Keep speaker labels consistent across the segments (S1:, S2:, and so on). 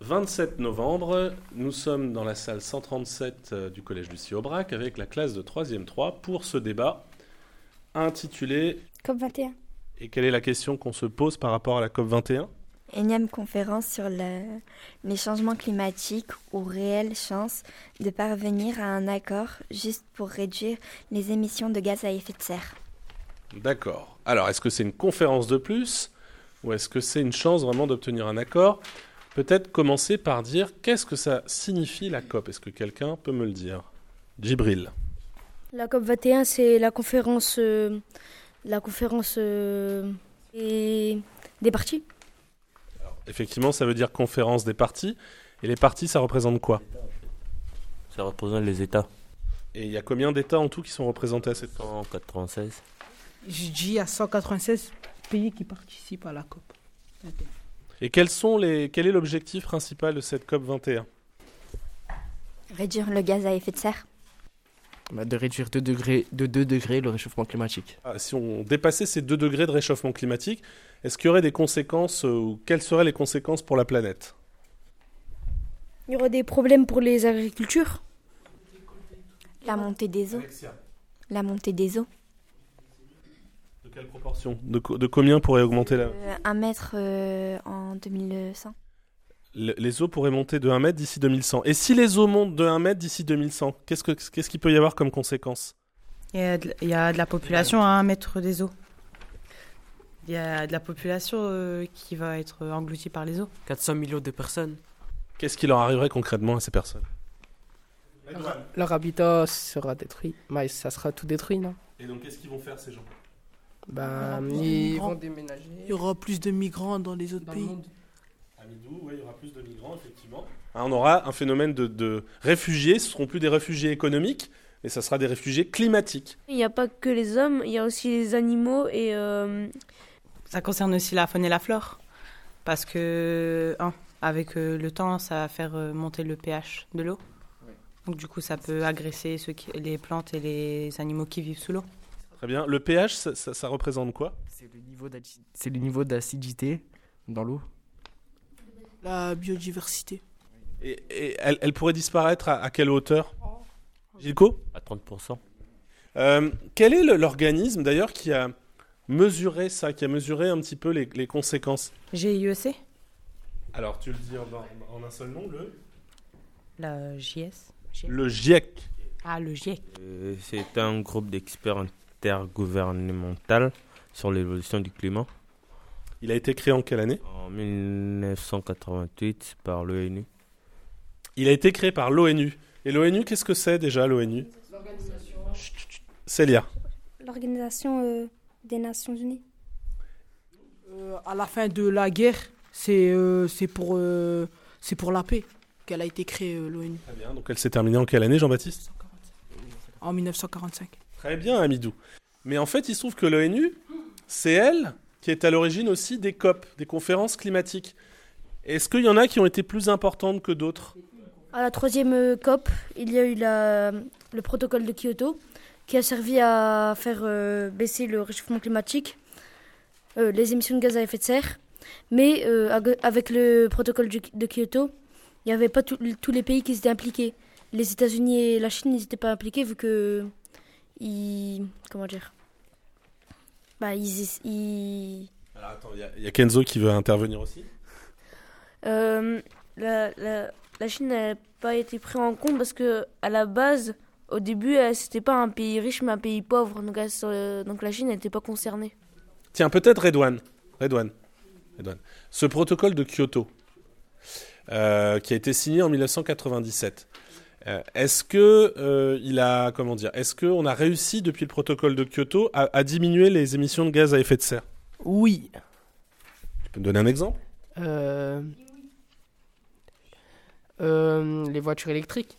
S1: 27 novembre, nous sommes dans la salle 137 euh, du Collège Lucie Aubrac avec la classe de 3e 3 pour ce débat intitulé
S2: COP21.
S1: Et quelle est la question qu'on se pose par rapport à la COP21
S2: Énième conférence sur le- les changements climatiques ou réelles chances de parvenir à un accord juste pour réduire les émissions de gaz à effet de serre.
S1: D'accord. Alors, est-ce que c'est une conférence de plus ou est-ce que c'est une chance vraiment d'obtenir un accord Peut-être commencer par dire qu'est-ce que ça signifie la COP Est-ce que quelqu'un peut me le dire Djibril.
S3: La COP21, c'est la conférence, euh, la conférence euh, et des partis.
S1: Effectivement, ça veut dire conférence des partis. Et les partis, ça représente quoi
S4: Ça représente les États.
S1: Et il y a combien d'États en tout qui sont représentés à cette
S4: 196.
S5: Je dis à 196 pays qui participent à la COP.
S1: Et quels sont les... quel est l'objectif principal de cette COP 21
S2: Réduire le gaz à effet de serre
S6: Bah, de réduire de, degrés, de 2 degrés le réchauffement climatique.
S1: Ah, Si on dépassait ces 2 degrés de réchauffement climatique, est-ce qu'il y aurait des conséquences euh, ou quelles seraient les conséquences pour la planète
S3: Il y aura des problèmes pour les agricultures.
S2: La montée des eaux La montée des eaux
S1: De quelle proportion de, co- de combien pourrait augmenter la...
S2: Euh, Un mètre euh, en 2100
S1: Le- les eaux pourraient monter de 1 mètre d'ici 2100. Et si les eaux montent de 1 mètre d'ici 2100, qu'est-ce que- qu'est-ce qu'il peut y avoir comme conséquence
S7: Il y a de, il y a de la population à un mètre des eaux. Il y a de la population euh, qui va être engloutie par les eaux.
S6: 400 millions de personnes.
S1: Qu'est-ce qui leur arriverait concrètement à ces personnes Bah,
S6: Leur habitat sera détruit. Mais ça sera tout détruit, non
S1: Et donc qu'est-ce qu'ils vont faire ces gens
S6: Bah,
S8: Non, non,
S6: ils
S8: non.
S6: vont déménager.
S8: Il y aura plus de migrants dans les autres
S6: dans le
S8: pays.
S6: monde.
S1: À Midou, il y aura plus de migrants, effectivement. Hein, on aura un phénomène de, de réfugiés, ce ne seront plus des réfugiés économiques, mais ça sera des réfugiés climatiques.
S9: Il n'y a pas que les hommes, il y a aussi les animaux et euh,
S7: Ça concerne aussi la faune et la flore. Parce que, hein, avec euh, le temps, ça va faire euh, monter le pH de l'eau. Donc, du coup, ça peut agresser ceux qui- les plantes et les animaux qui vivent sous l'eau.
S1: Très bien. Le pH, ça, ça- ça représente quoi
S6: C'est le niveau d'aci- C'est le niveau d'acidité dans l'eau.
S8: La biodiversité.
S1: Et, et elle, elle pourrait disparaître à, à quelle hauteur Gilco
S4: À 30%.
S1: Euh, quel est le- l'organisme d'ailleurs qui a mesuré ça, qui a mesuré un petit peu les, les conséquences
S7: GIEC
S1: Alors tu le dis en, en un seul nom, le
S7: La JS
S1: Le E GIEC.
S7: Ah, le GIEC.
S4: Euh, C'est un groupe d'experts intergouvernemental sur l'évolution du climat
S1: Il a été créé en quelle année
S4: en 1988 par l'ONU.
S1: Il a été créé par l'ONU. Et l'ONU, qu'est-ce que c'est déjà l'ONU Chut, chut, chut. Célia.
S10: L'Organisation euh, des Nations Unies.
S8: Euh, à la fin de la guerre, c'est euh, c'est pour, euh, c'est pour la paix qu'elle a été créée, euh, l'ONU,
S1: Très bien. Donc elle s'est terminée en quelle année, Jean-Baptiste
S8: en 1945.
S1: Très bien, Amidou. Mais en fait, il se trouve que l'ONU, c'est elle qui est à l'origine aussi des COP, des conférences climatiques. Est-ce qu'il y en a qui ont été plus importantes que d'autres
S3: À la troisième euh, COP, il y a eu la- le protocole de Kyoto qui a servi à faire euh, baisser le réchauffement climatique, euh, les émissions de gaz à effet de serre. Mais euh, ag- avec le protocole du- de Kyoto, il n'y avait pas tout- tous les pays qui étaient impliqués. Les États-Unis et la Chine n'étaient pas impliqués vu que ils comment dire bah ils, ils-
S1: Alors attends, il y a- il y, a Kenzo qui veut intervenir aussi.
S9: euh, la, la- la Chine n'a pas été prise en compte parce que à la base, au début, euh, c'était pas un pays riche mais un pays pauvre, donc, elle se- donc la Chine n'était pas concernée.
S1: Tiens, peut-être Redouane. Redouane. Redouane. Ce protocole de Kyoto, euh, qui a été signé en 1997, euh, est-ce que euh, il a comment dire Est-ce qu'on a réussi depuis le protocole de Kyoto à, à diminuer les émissions de gaz à effet de serre
S6: Oui.
S1: Tu peux me donner un exemple
S6: Euh, euh, les voitures électriques.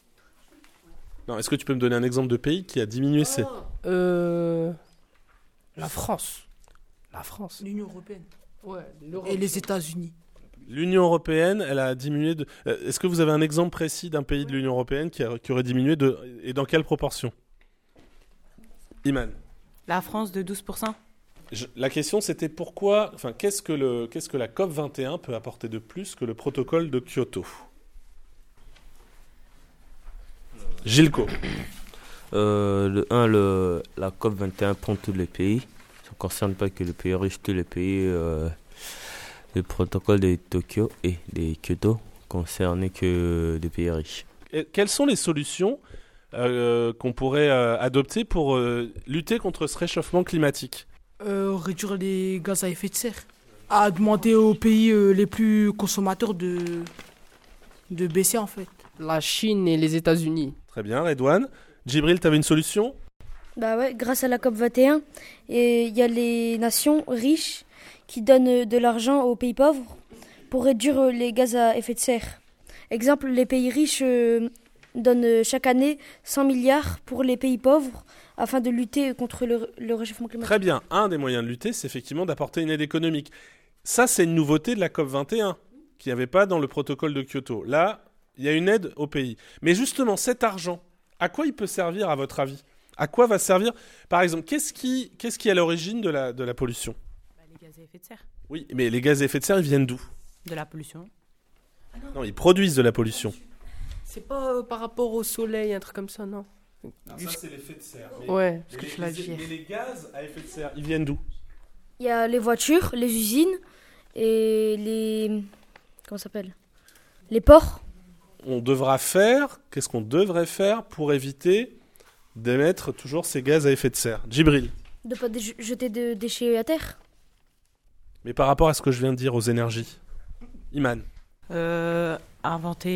S1: Non, est-ce que tu peux me donner un exemple de pays qui a diminué ses
S6: Euh, la France. La France.
S8: L'Union européenne
S6: Ouais, l'Europe.
S8: et les États-Unis.
S1: L'Union européenne, elle a diminué de. Euh, Est-ce que vous avez un exemple précis d'un pays de l'Union européenne qui, a- qui aurait diminué de. et dans quelle proportion Iman.
S7: La France de 12%.
S1: Je- la question, c'était pourquoi, enfin, qu'est-ce que, le, qu'est-ce que la COP 21 peut apporter de plus que le protocole de Kyoto Gilco.
S4: Euh, le 1, le, la COP21 prend tous les pays. Ça ne concerne pas que les pays riches, tous les pays euh, du protocole de Tokyo et de Kyoto concernés que des pays riches.
S1: Et Quelles sont les solutions euh, qu'on pourrait euh, adopter pour euh, lutter contre ce réchauffement climatique
S8: Euh, réduire les gaz à effet de serre, à demander aux pays euh, les plus consommateurs de, de baisser en fait.
S6: La Chine et les États-Unis.
S1: Très bien, Redouane. Djibril, tu avais une solution
S3: Bah ouais, grâce à la COP 21, et il y a les nations riches qui donnent euh, de l'argent aux pays pauvres pour réduire euh, les gaz à effet de serre. Exemple, les pays riches euh, donnent euh, chaque année 100 milliards pour les pays pauvres afin de lutter contre le, le réchauffement climatique.
S1: Très bien. Un des moyens de lutter, c'est effectivement d'apporter une aide économique. Ça, c'est une nouveauté de la COP21, qu'il n'y avait pas dans le protocole de Kyoto. Là, il y a une aide au pays. Mais justement, cet argent, à quoi il peut servir, à votre avis À quoi va servir Par exemple, qu'est-ce qui, qu'est-ce qui est à l'origine de la, de la pollution
S7: Bah, Les gaz à effet de serre.
S1: Oui, mais les gaz à effet de serre, ils viennent d'où
S7: De la pollution.
S1: Non, ils produisent de la pollution.
S6: C'est pas euh, par rapport au soleil, un truc comme ça, non
S1: ça, c'est l'effet de serre.
S6: Mais- Ouais, ce que je voulais dire.
S1: les gaz à effet de serre, ils viennent d'où
S3: Il y a les voitures, les usines et les. Comment ça s'appelle Les ports.
S1: on devra faire, qu'est-ce qu'on devrait faire pour éviter d'émettre toujours ces gaz à effet de serre Djibril,
S3: De ne pas dé- jeter de déchets à terre.
S1: mais par rapport à ce que je viens de dire aux énergies, Iman,
S7: Euh, inventer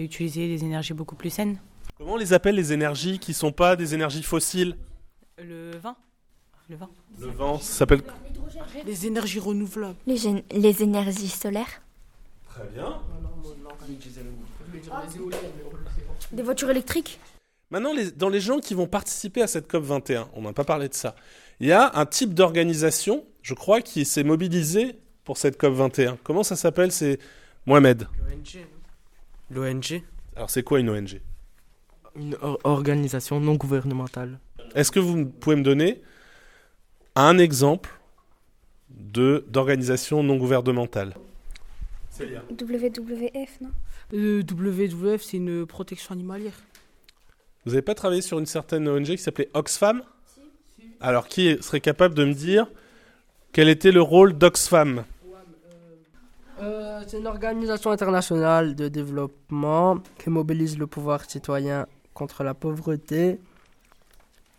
S7: et utiliser des énergies beaucoup plus saines.
S1: comment on les appelle les énergies qui sont pas des énergies fossiles
S7: Le vin. Le vin.
S1: Le vent, ça s'appelle...
S8: Les énergies renouvelables.
S2: Les, gén- les énergies solaires
S1: Très bien.
S3: Des voitures électriques.
S1: Maintenant, les- dans les gens qui vont participer à cette COP21, on n'a pas parlé de ça, il y a un type d'organisation, je crois, qui s'est mobilisé pour cette COP21. Comment ça s'appelle C'est Mohamed.
S11: L'ONG,
S1: Alors c'est quoi une ONG
S11: une or- organisation non gouvernementale.
S1: Est-ce que vous m- pouvez me donner un exemple de d'organisation non gouvernementale
S10: WWF, non
S8: Le WWF, c'est une protection animalière.
S1: Vous n'avez pas travaillé sur une certaine ONG qui s'appelait Oxfam Alors qui est- serait capable de me dire quel était le rôle d'Oxfam
S6: Euh, C'est une organisation internationale de développement qui mobilise le pouvoir citoyen contre la pauvreté.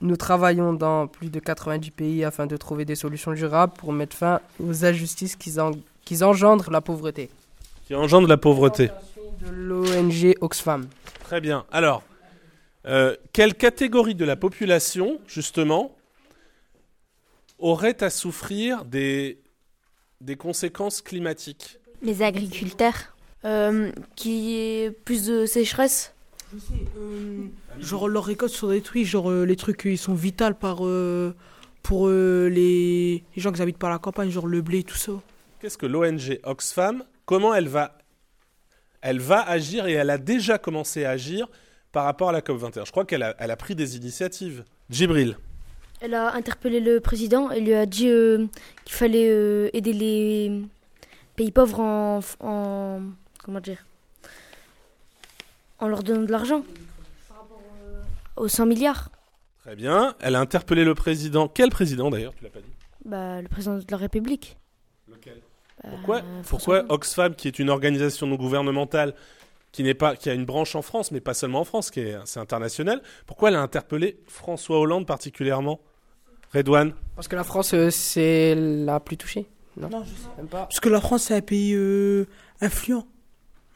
S6: Nous travaillons dans plus de 90 pays afin de trouver des solutions durables pour mettre fin aux injustices qui, en- qui engendrent la pauvreté.
S1: qui engendre la pauvreté
S6: De l'ONG Oxfam.
S1: Très bien. Alors, euh, quelle catégorie de la population, justement, aurait à souffrir des, des conséquences climatiques
S2: Les agriculteurs
S9: Euh, qui est plus de sécheresse.
S6: euh,
S8: Genre, leurs récoltes sont détruites, genre, euh, les trucs, ils sont vitaux par, euh, pour euh, les... les gens qui habitent par la campagne, genre le blé, tout ça.
S1: Qu'est-ce que l'ONG Oxfam Comment elle va Elle va agir et elle a déjà commencé à agir par rapport à la COP21. Je crois qu'elle a, elle a pris des initiatives. Djibril,
S3: Elle a interpellé le président et lui a dit euh, qu'il fallait euh, aider les pays pauvres en, en- comment dire en leur donnant de l'argent aux 100 milliards.
S1: très bien. Elle a interpellé le président. Quel président d'ailleurs Tu l'as pas dit.
S3: Bah, le président de la République. Bah,
S1: Pourquoi, Bah, pourquoi Oxfam, qui est une organisation non gouvernementale, qui n'est pas, qui a une branche en France, mais pas seulement en France, qui est, c'est international, pourquoi elle a interpellé François Hollande particulièrement Redouane
S6: Parce que la France, euh, c'est la plus touchée. Non, Même pas.
S8: Parce que la France, c'est un pays euh, influent.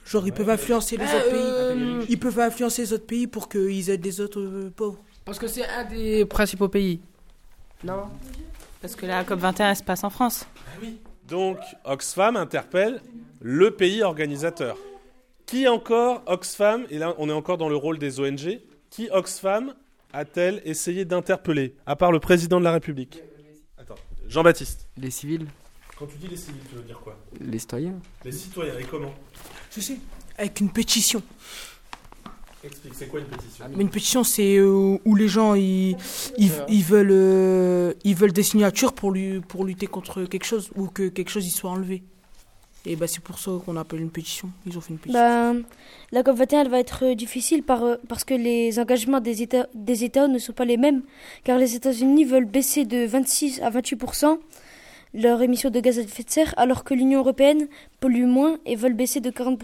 S8: Genre, ils peuvent influencer les
S6: Ouais,
S8: autres
S6: euh,
S8: pays. Ils peuvent influencer les autres pays pour qu'ils aident les autres euh, pauvres.
S6: Parce que c'est un des principaux pays. Non.
S7: Parce que la COP21, elle se passe en France.
S1: Donc, Oxfam interpelle le pays organisateur. Qui encore Oxfam, et là on est encore dans le rôle des ONG, qui Oxfam a-t-elle essayé d'interpeller, à part le président de la République Attends, Jean-Baptiste.
S11: Les civils,
S1: Quand tu dis les civils, tu veux dire quoi
S11: les citoyens.
S1: Les citoyens, et comment
S8: Je sais. Avec une pétition.
S1: Explique, c'est quoi une pétition
S8: Mais une pétition, c'est euh, où les gens ils, ils, ils veulent, euh, ils veulent des signatures pour, lui, pour lutter contre quelque chose ou que quelque chose y soit enlevé. Et bah, c'est pour ça qu'on appelle une pétition. Ils ont fait une pétition.
S3: Ben, la COP21 elle va être euh, difficile par, euh, parce que les engagements des États, des États ne sont pas les mêmes, car les États-Unis veulent baisser de 26 à 28 leur émission de gaz à effet de serre, alors que l'Union européenne pollue moins et veulent baisser de 40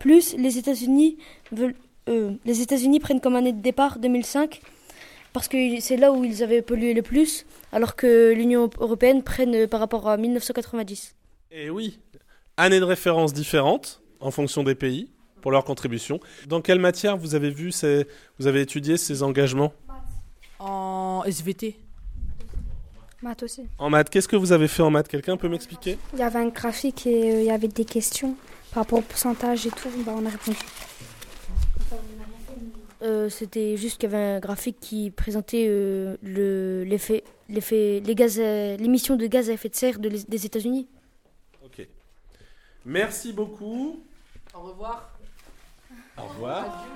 S3: Plus, les États-Unis veulent, euh, les États-Unis prennent comme année de départ 2005, parce que c'est là où ils avaient pollué le plus, alors que l'Union européenne prenne euh, par rapport à 1990.
S1: Eh oui, année de référence différente en fonction des pays pour leur contribution. Dans quelle matière vous avez vu ces, vous avez étudié ces engagements
S8: En SVT.
S2: Maths aussi.
S1: En maths, qu'est-ce que vous avez fait en maths Quelqu'un peut m'expliquer
S2: Il y avait un graphique et euh, il y avait des questions par rapport au pourcentage et tout. Bah, on a répondu.
S3: Euh, C'était juste qu'il y avait un graphique qui présentait euh, le- l'effet, l'effet, les gaz, à- l'émission de gaz à effet de serre de les- des États-Unis.
S1: Ok. Merci beaucoup.
S6: Au revoir.
S1: Au revoir.